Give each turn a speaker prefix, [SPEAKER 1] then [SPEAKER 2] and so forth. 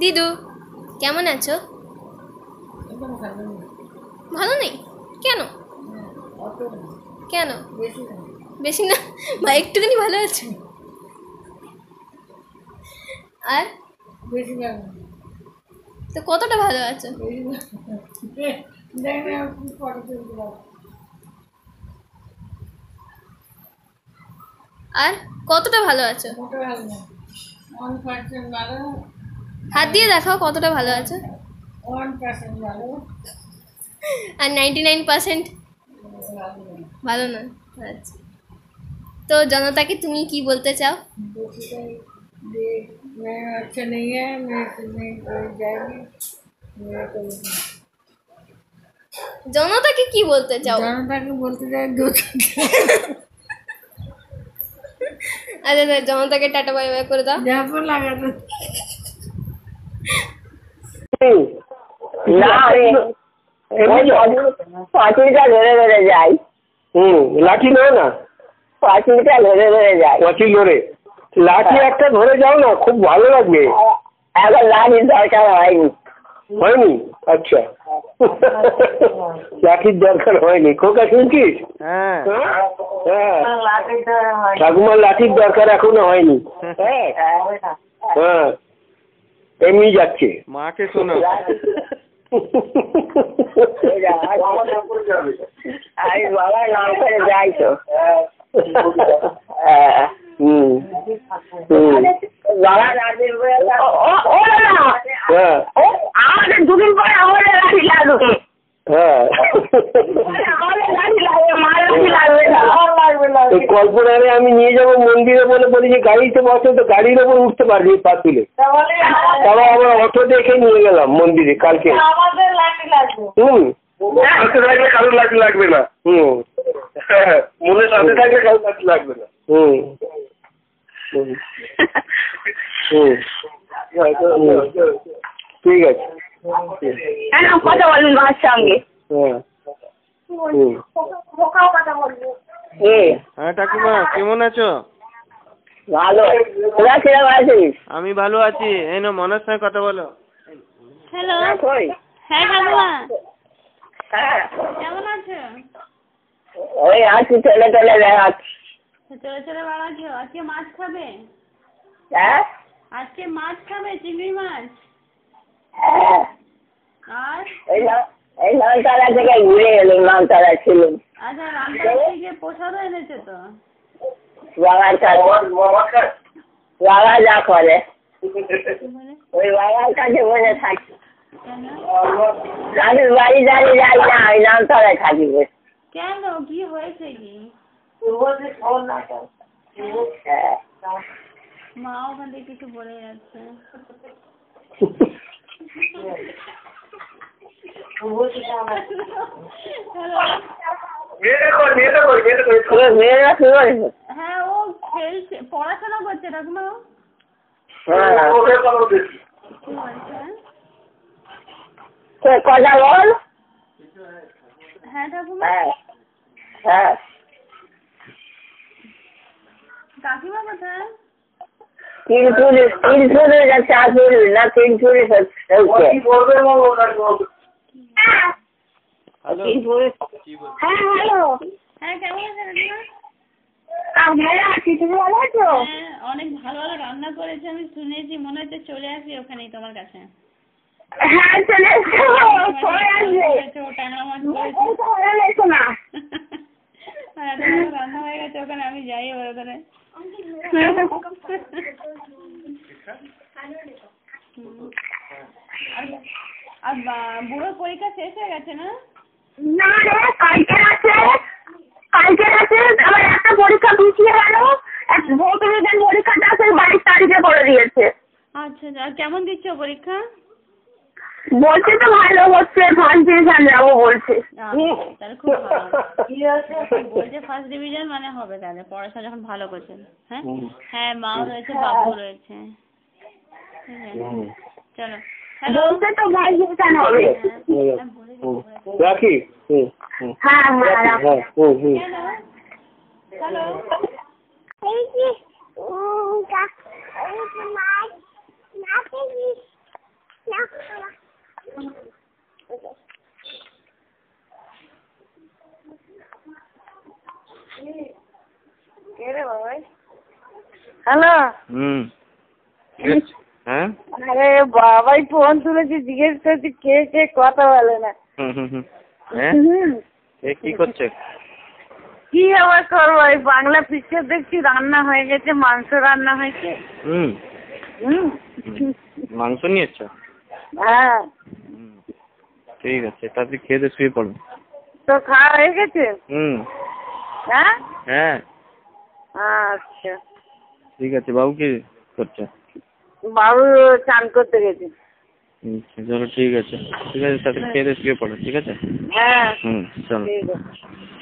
[SPEAKER 1] দিদু কেমন আছো
[SPEAKER 2] একদম ভালো না।
[SPEAKER 1] ভালো নেই কেন
[SPEAKER 2] না, অত না,
[SPEAKER 1] কেন
[SPEAKER 2] বেশি না।
[SPEAKER 1] বেশি না বা একটুখানি ভালো আছো আর
[SPEAKER 2] বেশি ভালো না।
[SPEAKER 1] তো কতটা ভালো আছো
[SPEAKER 2] বেশি ভালো না। জানি না আর কি করে চলতে পারবো।
[SPEAKER 1] আর কতটা ভালো আছো
[SPEAKER 2] মোটে ভালো না। One percent ভালো,
[SPEAKER 1] হাত দিয়ে দেখাও কতটা ভালো আছো
[SPEAKER 2] one percent ভালো,
[SPEAKER 1] আর নাইনটি নাইন পার্সেন্ট
[SPEAKER 2] ভালো না।
[SPEAKER 1] ভালো না আচ্ছা তো জনতাকে তুমি কি বলতে চাও
[SPEAKER 2] বেশিটাই যে মেয়ে अच्छा नहीं है मैं तुम्हें कोई जाएगी मैं तो
[SPEAKER 1] জনতাকে কি বলতে চাও
[SPEAKER 2] জনতাকে বলতে চাই দু
[SPEAKER 1] আচ্ছা আচ্ছা, জনতাকে টাটা বাই বাই করে দাও
[SPEAKER 2] যাবো লাগাতো
[SPEAKER 3] না আমি ওই পাঁচিলটা ধরে ধরে যাই
[SPEAKER 4] হুম লাঠি নাও না
[SPEAKER 3] পাঁচিলটা ধরে ধরে যাই
[SPEAKER 4] পাঁচিল ধরে লাঠি একটা ধরে যাও না খুব ভালো লাগবে
[SPEAKER 3] এখন লাঠির দরকার হয়নি
[SPEAKER 4] হয়নি আচ্ছা লাঠির দরকার হয়নি খোকা শুনছিস
[SPEAKER 5] হ্যাঁ
[SPEAKER 4] হ্যাঁ ঠাকুমার লাঠির দরকার এখনো হয়নি হ্যাঁ হ্যাঁ এমনি যাচ্ছে
[SPEAKER 5] মাকে শোনাও
[SPEAKER 3] আমি বাবার নাম করে যাই তো হ্যাঁ।
[SPEAKER 4] হুম হুম
[SPEAKER 3] বাবার নাম করে ও ও- ও না
[SPEAKER 4] হ্যাঁ
[SPEAKER 3] ও আমাদের দুদিন পরে আমাদের লাঠি লাগবে
[SPEAKER 4] হ্যাঁ
[SPEAKER 3] আমাদের লাঠি লাগবে মার লাঠি লাগবে না আমার লাগবে না
[SPEAKER 4] তো কল্পনারে আমি নিয়ে যাবো মন্দিরে বলে বলি যে গাড়িতে বসে তো গাড়ির ওপর উঠতে পারবি পা তুলে
[SPEAKER 3] তাহলে
[SPEAKER 4] তারা আবার অটো দেখে নিয়ে গেলাম মন্দিরে কালকে
[SPEAKER 3] আমাদের লাঠি লাগবে
[SPEAKER 4] হুম
[SPEAKER 6] হাতে থাকলে কারোর লাগবে লাগবে না
[SPEAKER 4] হুম
[SPEAKER 6] হ্যাঁ, মনে সাথে থাকলে কারোর লাগবে লাগবে না
[SPEAKER 4] হুম হুম হুম হুম। ঠিক আছে
[SPEAKER 3] হ্যাঁ কথা বলুন মার সঙ্গে
[SPEAKER 4] হ্যাঁ হুম
[SPEAKER 3] বোকাও কথা বলবো এ
[SPEAKER 5] হ্যাঁ ঠাকুমা কেমন আছো
[SPEAKER 3] ভালো ওরা কিরম আছিস
[SPEAKER 5] আমি ভালো আছি এই না মনের সঙ্গে কথা বলো
[SPEAKER 7] হ্যালো
[SPEAKER 3] কই
[SPEAKER 7] হ্যাঁ ঠাকুমা
[SPEAKER 3] হ্যাঁ
[SPEAKER 7] কেমন আছো
[SPEAKER 3] ওই আছি চলে চলে বেড়াচ্ছি
[SPEAKER 7] চলে চলে বেড়াচ্ছ আজকে মাছ খাবে
[SPEAKER 3] হ্যাঁ
[SPEAKER 7] আজকে মাছ খাবে চিংড়ি মাছ
[SPEAKER 3] হ্যাঁ।
[SPEAKER 7] আর
[SPEAKER 3] এই ন- এই নলতলা থেকে ঘুরে এলুম নলতলা ছিলুম
[SPEAKER 7] আচ্ছা রামতলা থেকে প্রসাদও এনেছো তো
[SPEAKER 3] বাবার কাছে বাবা যা করে
[SPEAKER 7] কি বলে
[SPEAKER 3] ওই বাবার কাছে বসে থাকি
[SPEAKER 7] কেন
[SPEAKER 3] আমি বাড়ি দাঁড়িয়ে যাই না ওই নামতলায় থাকি বসে।
[SPEAKER 7] কেন কি হয়েছে কি
[SPEAKER 3] হ্যাঁ।
[SPEAKER 7] মা ওখান থেকে কিছু বলে যাচ্ছে Hello?
[SPEAKER 6] মেয়েটা কর মেয়েটা কর মেয়েটা কর
[SPEAKER 3] ওই মেয়েরা কি করেছে?
[SPEAKER 7] হ্যাঁ ও খেলছে পড়াশোনা করছে ঠাকুমা ও?
[SPEAKER 3] হ্যাঁ।
[SPEAKER 6] ওকে কথা বলছি
[SPEAKER 7] কি বলছে
[SPEAKER 3] কে কথা বল
[SPEAKER 7] হ্যাঁ ঠাকুমা
[SPEAKER 3] হ্যাঁ হ্যাঁ
[SPEAKER 7] কাকিমা কোথায়
[SPEAKER 3] তিন পুরুষ তিন পুরুষ আর চার পুরুষ না তিন পুরুষ হচ্ছে
[SPEAKER 6] কি বলবে মা ওনার
[SPEAKER 5] হ্যালো
[SPEAKER 3] তিন পুরুষ
[SPEAKER 5] কি বল
[SPEAKER 3] হ্যাঁ হ্যালো
[SPEAKER 7] হ্যাঁ কেমন আছে ঠাকুমা
[SPEAKER 3] ভালো আছি তুমি ভালো আছো
[SPEAKER 7] হ্যাঁ অনেক ভালো ভালো রান্না করেছে আমি শুনেছি মনে হচ্ছে চলে আসি ওখানেই তোমার কাছে
[SPEAKER 3] হ্যাঁ চলে এসো সবাই আসবে
[SPEAKER 7] করেছো, টানা মাছ করেছো।
[SPEAKER 3] এই তো ভালো লাগছে না
[SPEAKER 7] হ্যাঁ, তোমার রান্না হয়ে গেছে ওখানে আমি যাই এবার ওখানে হুম। আর- আর বা- বুড়োর পরীক্ষা শেষ হয়ে গেছে না
[SPEAKER 3] না রে কালকের আছে কালকের আছে আমার একটা পরীক্ষা পিছিয়ে গেল এক ভৌত বিজ্ঞান পরীক্ষাটা সেই বাইশ তারিখে করে দিয়েছে
[SPEAKER 7] আচ্ছা আচ্ছা। আর কেমন দিচ্ছ পরীক্ষা
[SPEAKER 3] বলছে তো ভালো হচ্ছে কনফিউশন যাবো বলছে
[SPEAKER 7] আচ্ছা, তাহলে খুব ভালো বলছে ফার্স্ট ডিভিশন মানে হবে তাহলে পড়াশোনা যখন ভালো করছেন হ্যাঁ হ্যাঁ মাও রয়েছে বাবু রয়েছে ঠিক আছে। চলো হ্যালো
[SPEAKER 3] বলছে তো কনফিউশন হবে
[SPEAKER 4] রাখি হুম হুম
[SPEAKER 3] হ্যাঁ হ্যাঁ রাখো।
[SPEAKER 4] হ্যাঁ হুম হুম
[SPEAKER 7] হ্যালো
[SPEAKER 3] হ্যালো
[SPEAKER 5] হুম হ্যাঁ
[SPEAKER 3] আরে বাবাই ফোন তুলেছে জিজ্ঞেস করছি কে কে কথা বলে না
[SPEAKER 5] হুম হুম হুম হ্যাঁ
[SPEAKER 3] হুম।
[SPEAKER 5] এ কি করছে
[SPEAKER 3] কি আবার করবো এই বাংলা পিকচার দেখছি রান্না হয়ে গেছে মাংস রান্না হয়েছে
[SPEAKER 5] হুম
[SPEAKER 3] হুম
[SPEAKER 5] মাংস নিয়ে এসছো
[SPEAKER 3] হ্যাঁ
[SPEAKER 5] ঠিক আছে তাড়াতাড়ি খেয়ে দিয়ে শুয়ে পড়ো
[SPEAKER 3] তো খাওয়া হয়ে গেছে
[SPEAKER 5] হুম
[SPEAKER 3] হ্যাঁ
[SPEAKER 5] হ্যাঁ
[SPEAKER 3] আচ্ছা
[SPEAKER 5] ঠিক আছে বাবু কি করছে
[SPEAKER 3] বাবু চান করতে গেছে
[SPEAKER 5] হুম চলো ঠিক আছে ঠিক আছে তাড়াতাড়ি খেয়ে দিয়ে শুয়ে পড়ো ঠিক আছে
[SPEAKER 3] হ্যাঁ
[SPEAKER 5] হুম চলো
[SPEAKER 3] ঠিক আছে